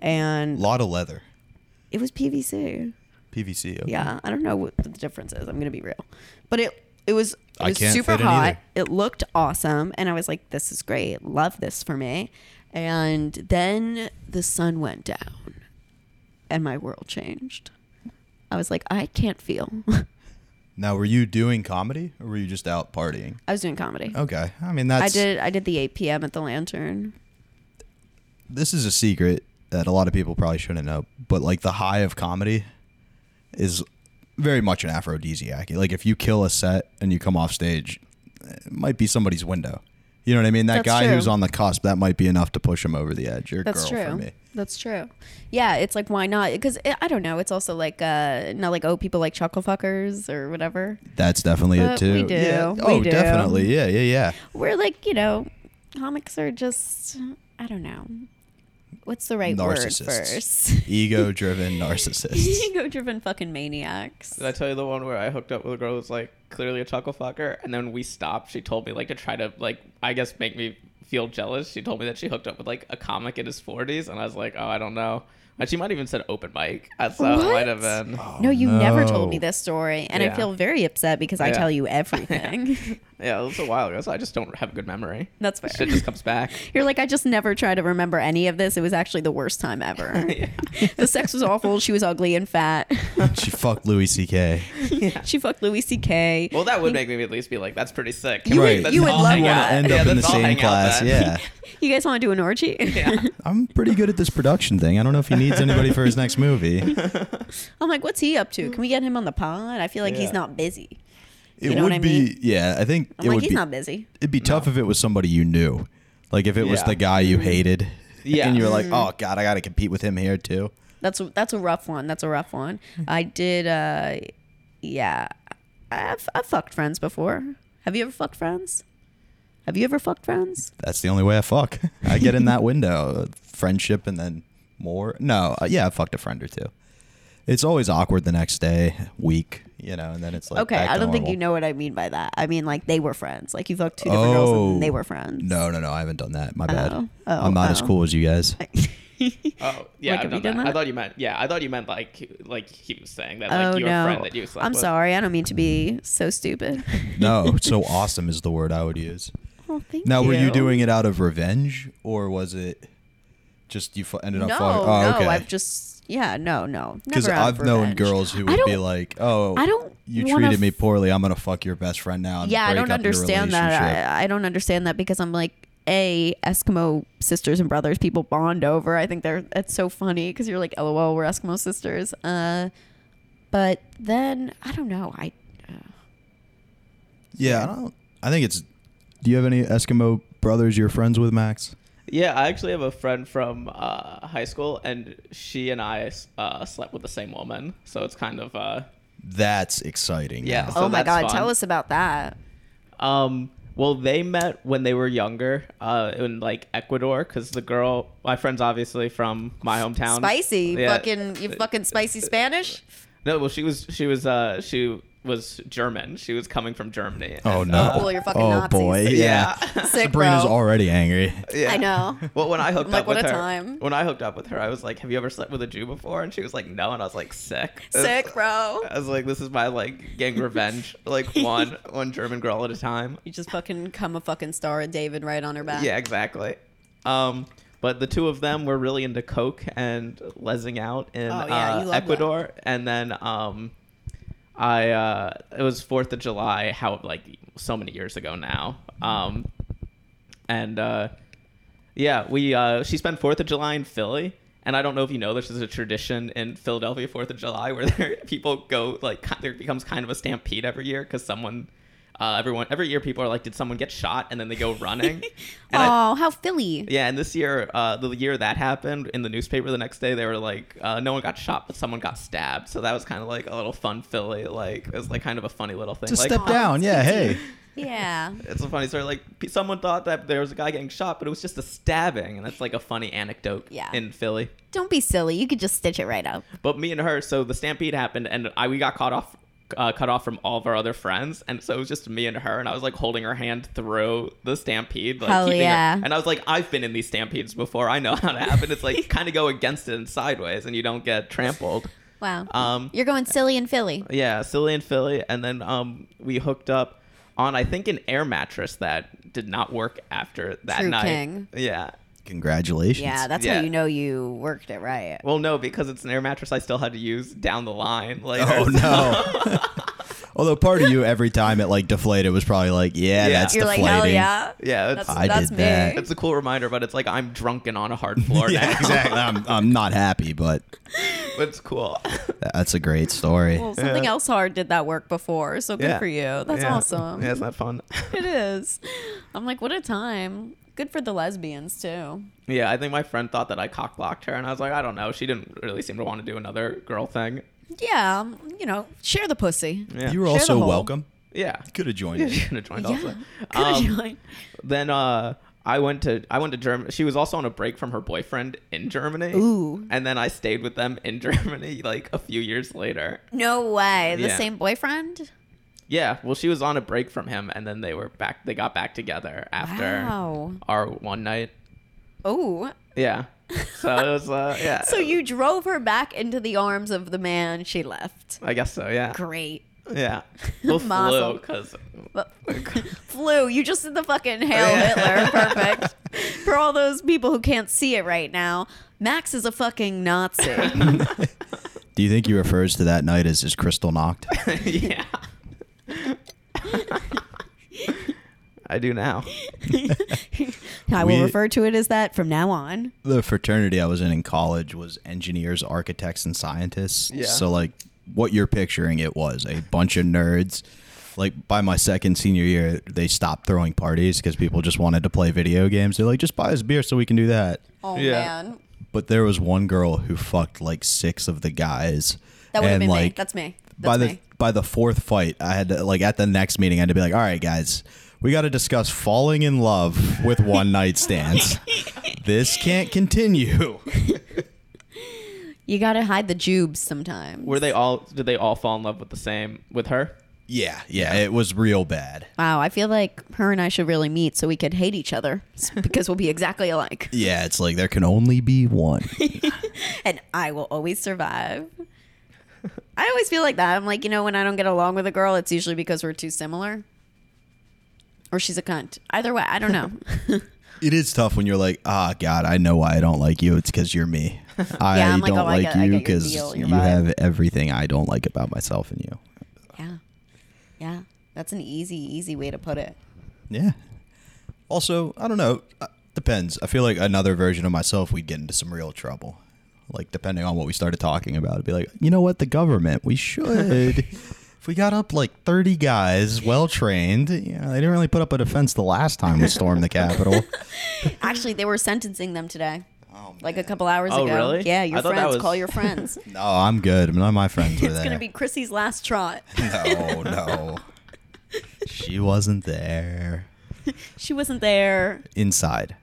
and lot of leather. it was PVC. PVC. okay. Yeah, I don't know what the difference is. I'm gonna be real, but it it was it I was can't super fit in hot. either. It looked awesome, and I was like, "This is great. Love this for me." And then the sun went down, and my world changed. I was like, "I can't feel." Now, were you doing comedy or were you just out partying? I was doing comedy. Okay. I mean, Oh, that's. I did I did the 8 p.m. at the Lantern. this is a secret that a lot of people probably shouldn't know, but like the high of comedy is very much an aphrodisiac. Like if you kill a set and you come off stage, it might be somebody's window. You know what I mean? That That's guy true. who's on the cusp, that might be enough to push him over the edge. Your That's girl true. for me. That's true. Yeah, it's like why not? Because I don't know. It's also like uh not like oh people like chuckle fuckers or whatever. That's definitely But it too. we do. Yeah. We oh, do. definitely. Yeah, yeah, yeah. we're like you know comics are just i don't know what's the right word Narcissists. first Ego driven narcissists. ego driven fucking maniacs Did I tell you the one where I hooked up with a girl who's like clearly a chuckle fucker, and then we stopped. She told me like to try to like I guess make me feel jealous. She told me that she hooked up with like a comic in his forties, and I was like, oh, I don't know. And she might even said open mic. I thought it What? might have been. no you never told no. me this story and i Yeah. feel very upset because i Yeah. tell you everything Yeah, it was a while ago, so I just don't have a good memory. That's fair. Shit just comes back. you're like i just never try to remember any of this it was actually the worst time ever the sex was awful she was ugly and fat she fucked Louis C.K. she fucked louis ck Well, that would make me at least be like, that's pretty sick. You would- right. you would I'll love wanna that. end up in the that's all same hang out class. then. Yeah. you guys want to do an orgy yeah. I'm pretty good at this production thing. I don't know if he needs anybody for his next movie. i'm like what's he up to can we get him on the pod i feel like he's Yeah. not busy It You know what would I mean? be yeah, I think i'm it like would he's be not busy it'd be tough if it was somebody you knew. Like if it was Yeah. the guy you hated. Yeah. And you were like, Mm-hmm. Oh god, I gotta compete with him here too. That's a, that's a rough one. That's a rough one. Mm-hmm. I did. uh Yeah, I've, I've fucked friends before. Have you ever fucked friends? Have you ever fucked friends? That's the only way I fuck. I get in that window. Friendship and then more. No, uh, yeah, I fucked a friend or two. It's always awkward the next day, week, you know, and then it's like Okay, back I to don't think normal. you know what I mean by that. I mean like they were friends. Like you fucked two different girls Oh. and they were friends. No, no, no, I haven't done that. My bad. Oh, oh, I'm not as oh. cool as you guys. Oh, yeah. Like, I've have you done done that. that? I thought you meant. Yeah, I thought you meant like like he was saying that like Oh your no! friend that you slept I'm with. sorry. I don't mean to be so stupid. No, so awesome is the word I would use. oh, thank Now, you. were you doing it out of revenge, or was it just you fu- ended up no, falling? Oh, no, okay. I've just yeah, no, no. because Never out I've of known revenge. girls who I would be don't- like, "Oh, I don't you wanna treated f- me poorly. I'm gonna fuck your best friend now." And yeah, I break don't up your understand relationship." that. I, I don't understand that because I'm like, a Eskimo sisters and brothers, people bond over. I think they're that's so funny because you're like, lol, we're Eskimo sisters. Uh, but then I don't know. I uh, yeah, I don't. I think it's. Do you have any Eskimo brothers you're friends with, Max? Yeah, I actually have a friend from uh, high school, and she and I uh, slept with the same woman. So it's kind of uh, That's exciting. Yeah. now. So oh my that's god, fun. tell us about that. Um, well, they met when they were younger uh, in like Ecuador because the girl, my friend's obviously from my hometown. Spicy, Yeah. Uh, fucking you, fucking spicy Spanish. No, well, she was she was uh she was German. She was coming from Germany. Oh And, no. uh, Well, you're fucking oh Nazis. boy. Yeah. yeah. Sick, Sabrina's bro. already angry. Yeah. I know. Well, when I hooked Like, up what with a her, time. when I hooked up with her, I was like, "Have you ever slept with a Jew before?" And she was like, "No," and I was like, "Sick, Sick, bro. I was like, "This is my like gang revenge, like one one German girl at a time." You just fucking come a fucking star of David right on her back. Yeah, exactly. Um, but the two of them were really into coke and lesing out in Oh, yeah, uh, you love that. Ecuador, and then um, I uh, it was Fourth of July, how like so many years ago now. Um, and uh, yeah, we uh, she spent Fourth of July in Philly. And I don't know if you know this is a tradition in Philadelphia Fourth of July where there, people go like ki- there becomes kind of a stampede every year because someone, uh, everyone every year people are like, did someone get shot? And then they go running. And I- Oh, how Philly. yeah, and this year, uh, the year that happened in the newspaper the next day, they were like, uh, no one got shot, but someone got stabbed. So that was kind of like a little fun Philly. Like, it was like kind of a funny little thing. Just like, step down. Yeah. Hey. Yeah. It's a funny story. Like, p- someone thought that there was a guy getting shot, but it was just a stabbing. And that's like a funny anecdote Yeah. in Philly. Don't be silly. You could just stitch it right up. But me and her, so the stampede happened, and I we got caught off, uh, cut off from all of our other friends, and so it was just me and her, and I was like holding her hand through the stampede, like Hell keeping her- yeah. and I was like, I've been in these stampedes before, I know how to happen. It's like kind of go against it and sideways, and you don't get trampled. Wow. Um, You're going silly in Philly. Yeah, Silly and Philly, and then um, we hooked up on I think an air mattress that did not work after that True night. king. Yeah. Congratulations. Yeah, that's Yeah. how you know you worked it right. Well, no, because it's an air mattress I still had to use down the line later. Oh so- no. Although part of you every time it like deflated was probably like, yeah, Yeah. that's You're deflating. like, hell yeah. Yeah, it's, That's, I that's did me. that. It's a cool reminder, but it's like I'm drunken on a hard floor yeah, now. exactly. I'm, I'm not happy, but it's cool. that's a great story. Well, something else hard did that work before, so good Yeah. for you. That's Yeah. awesome. Yeah, it's not fun. It is. I'm like, what a time. Good for the lesbians too. yeah, I think my friend thought that I cock blocked her, and I was like, I don't know. She didn't really seem to want to do another girl thing. Yeah, um, you know, share the pussy. Yeah. You were Share also the hole. welcome. yeah. Could have joined. She us. could have joined Yeah. also. Could Um, you, like- then uh I went to I went to Germany. She was also on a break from her boyfriend in Germany. Ooh. And then I stayed with them in Germany like a few years later. no way. The Yeah. same boyfriend? Yeah, well, she was on a break from him, and then they were back. They got back together after Wow. our one night. Oh. Yeah. So it was. Uh, yeah. So you drove her back into the arms of the man she left. I guess so. Yeah. Great. Yeah. Well, Mazel. flew because But- flu. You just did the fucking Hail Hitler. Perfect. For all those people who can't see it right now, Max is a fucking Nazi. Do you think he refers to that night as his crystal knocked? yeah. I do now. I will We- refer to it as that from now on. the fraternity I was in in college was engineers, architects, and scientists. Yeah. So like what you're picturing, it was a bunch of nerds. Like by my second senior year, they stopped throwing parties because people just wanted to play video games. They're like, just buy us beer so we can do that. Oh Yeah. man, But there was one girl who fucked like six of the guys. that would have And, been me. like, That's me. That's by the me. by the fourth fight, I had to like at the next meeting, I had to be like, "All right, guys, we got to discuss falling in love with one night stands. this can't continue." You gotta hide the jubes sometimes. Were they all? Did they all fall in love with the same with her? Yeah, yeah, it was real bad. wow, I feel like her and I should really meet so we could hate each other s- because we'll be exactly alike. Yeah, it's like there can only be one. and I will always survive. I always feel like that. I'm like, you know, when I don't get along with a girl, it's usually because we're too similar or she's a cunt. Either way, I don't know. it is tough when you're like, ah, God, I know why I don't like you. It's because you're me. I I'm like, don't oh, I like get- I get you your because deal, you your vibe. have everything I don't like about myself and you. Yeah. Yeah. That's an easy, easy way to put it. Yeah. Also, I don't know. Uh, Depends. I feel like another version of myself, we'd get into some real trouble. Like, depending on what we started talking about, it'd be like, you know what, the government, we should. if we got up like 30 guys, well trained, you know, they didn't really put up a defense the last time we stormed the Capitol. Actually, they were sentencing them today, Oh, like a couple hours Oh, ago. really? Yeah, your I thought that friends. was- Call your friends. no, I'm good. None of my friends were it's there. going to be Chrissy's last trot. No, no. she wasn't there. She wasn't there. Inside.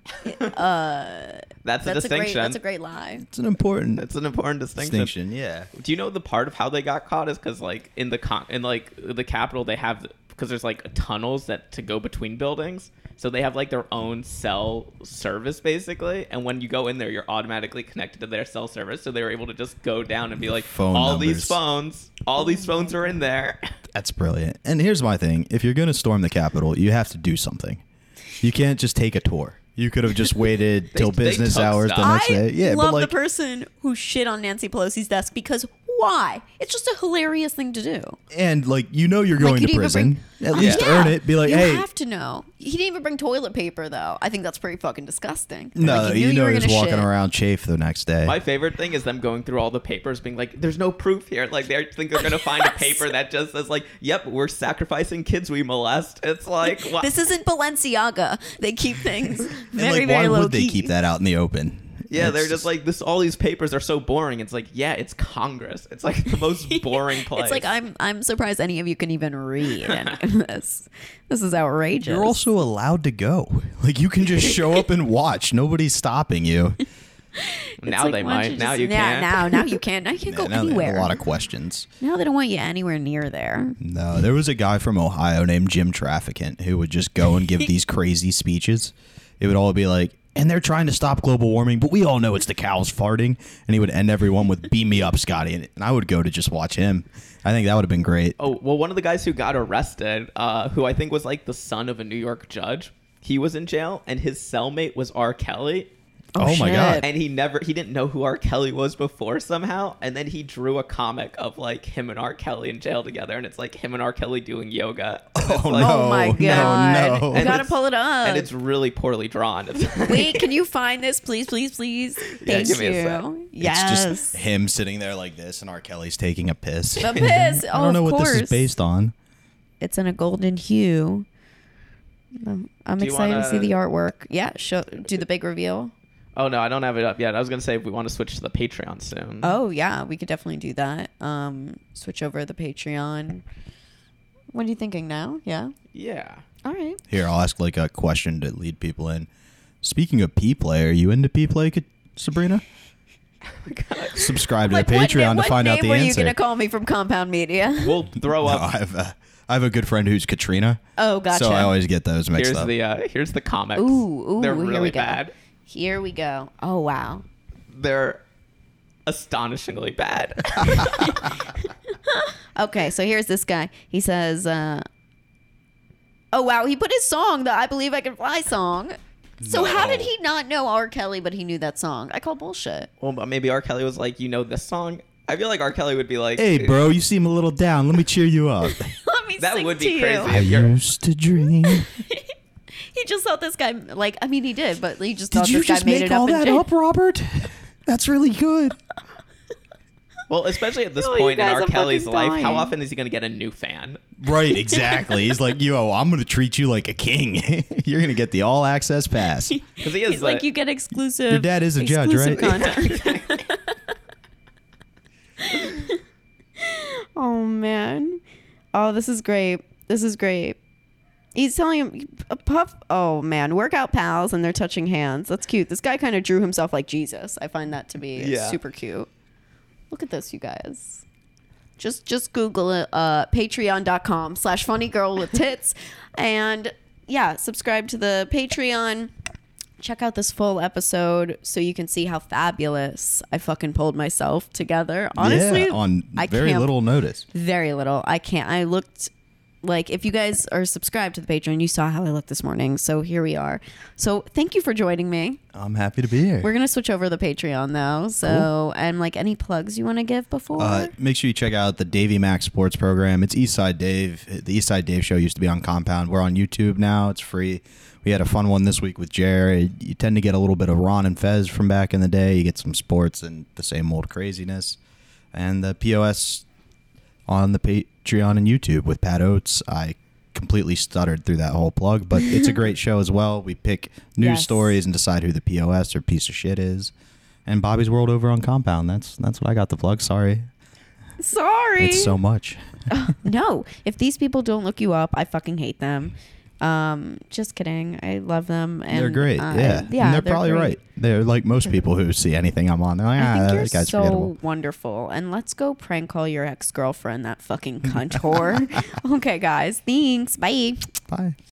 That's, a That's a great. distinction. That's a great lie. It's an important That's an important distinction. distinction. Yeah. Do you know the part of how they got caught is because like in the con- in like the capital they have because there's like tunnels that to go between buildings, so they have like their own cell service basically. And when you go in there, you're automatically connected to their cell service, so they were able to just go down and be like, Phone all numbers. these phones, all these phones are in there. That's brilliant. And here's my thing if you're going to storm the Capitol, you have to do something. You can't just take a tour. You could have just waited till they business took hours the stuff. next I day. Yeah, love but like, the person who shit on Nancy Pelosi's desk because why? It's just a hilarious thing to do. and like, you know, you're going Like, you to didn't even prison. bring- At least Yeah. earn it. Be like, you hey, have to know. He didn't even bring toilet paper though. I think that's pretty fucking disgusting. no, Like, you, knew know, were you're just gonna walking shit. around chafe the next day. My favorite thing is them going through all the papers, being like, "There's no proof here." Like they think they're gonna find a paper that just says like, "Yep, we're sacrificing kids we molest." It's like what? This isn't Balenciaga. They keep things and very, like, very why low would they key. keep that out in the open? Yeah, they're It's just like this. All these papers are so boring. It's like, yeah, it's Congress. It's like the most boring place. It's like I'm. I'm surprised any of you can even read any of this. This is outrageous. You're also allowed to go. Like you can just show up and watch. Nobody's stopping you. It's now like, they why don't might. just- now you yeah, can't. Now, now you can't. Now you can't go now they have anywhere. a lot of questions. now they don't want you anywhere near there. No, there was a guy from Ohio named Jim Trafficant who would just go and give these crazy speeches. It would all be like, and they're trying to stop global warming, but we all know it's the cows farting. And he would end everyone with "Beam me up, Scotty," and and I would go to just watch him. I think that would have been great. Oh well, one of the guys who got arrested, uh, who I think was like the son of a New York judge, he was in jail, and his cellmate was R. Kelly, Oh, my shit. god! and he never he didn't know who R. Kelly was before somehow, and then he drew a comic of like him and R. Kelly in jail together, and it's like him and R. Kelly doing yoga. And it's, Oh, like- no. oh my god! no. You And gotta it's- pull it up. And it's really poorly drawn. It's- Wait, can you find this, please, please, please? Thank give me a sec. you. It's Yes. just him sitting there like this, and R. Kelly's taking a piss. the piss. Oh, I don't know of what course. this is based on. It's in a golden hue. Um, I'm you excited to see wanna- the artwork. Yeah, show, do the big reveal. oh no, I don't have it up yet. I was gonna say if we want to switch to the Patreon soon. Oh yeah, we could definitely do that. Um, switch over the Patreon. What are you thinking now? Yeah. Yeah. All right. Here, I'll ask like a question to lead people in. Speaking of P play, are you into P play, Ka- Sabrina? Subscribe to the what, na- Patreon to what find name out the were you answer. gonna call me from Compound Media? We'll throw No, up. I have a, I have a good friend who's Katrina. Oh, gotcha. So I always get those mixed Here's up. the uh, here's the comics. Ooh, ooh, They're here really we go. bad. Here we go. Oh wow. They're astonishingly bad. Okay, so here's this guy. He says, uh, "Oh wow, he put his song, the I Believe I Can Fly song." So how did No. he not know R. Kelly, but he knew that song? I call bullshit. well, but maybe R. Kelly was like, you know this song. I feel like R. Kelly would be like, hey, bro, you seem a little down. Let me cheer you up. Let me That sing would to be you. I crazy. You're- used to dream. He just thought this guy like I mean he did, but he just Did thought you this guy just made make it up. all and that did- up, Robert? That's really good. Well, especially at this No, you point in guys R. are Kelly's fucking life, how dying. often is he gonna get a new fan? Right, exactly. He's like, yo, I'm gonna treat you like a king. You're gonna get the all access pass. Because he is He's like, the- you get exclusive. Your dad is a judge, exclusive right? content." oh man, oh this is great. This is great. He's telling him a puff. Oh man, workout pals, and they're touching hands. That's cute. This guy kind of drew himself like Jesus. I find that to be Yeah. super cute. Look at this, you guys. Just just Google it, uh, patreon.com slash funny girl with tits. and yeah, subscribe to the Patreon. Check out this full episode so you can see how fabulous I fucking pulled myself together. Honestly, yeah, on I very can't- little notice. very little. I can't. I looked Like, if you guys are subscribed to the Patreon, you saw how I looked this morning. So here we are. So thank you for joining me. I'm happy to be here. We're gonna switch over to the Patreon though. So and like any plugs you want to give before? Uh, make sure you check out the Davy Max Sports Program. It's Eastside Dave. The Eastside Dave Show used to be on Compound. We're on YouTube now. It's free. We had a fun one this week with Jared. You tend to get a little bit of Ron and Fez from back in the day. You get some sports and the same old craziness. And the POS on the Patreon and YouTube with Pat Oates. I completely stuttered through that whole plug, but it's a great show as well. We pick news Yes. stories and decide who the POS or piece of shit is. And Bobby's World over on Compound. That's that's what I got the plug. Sorry. Sorry. It's so much. no, if these people don't look you up, I fucking hate them. Um, just kidding. I love them. And they're great. I- yeah. And yeah. they're, probably great. right. They're like most people who see anything I'm on. They're like, I ah, think you're that guy's so forgettable. wonderful. And let's go prank call your ex girlfriend, that fucking cunt whore. okay, guys. Thanks. Bye. Bye.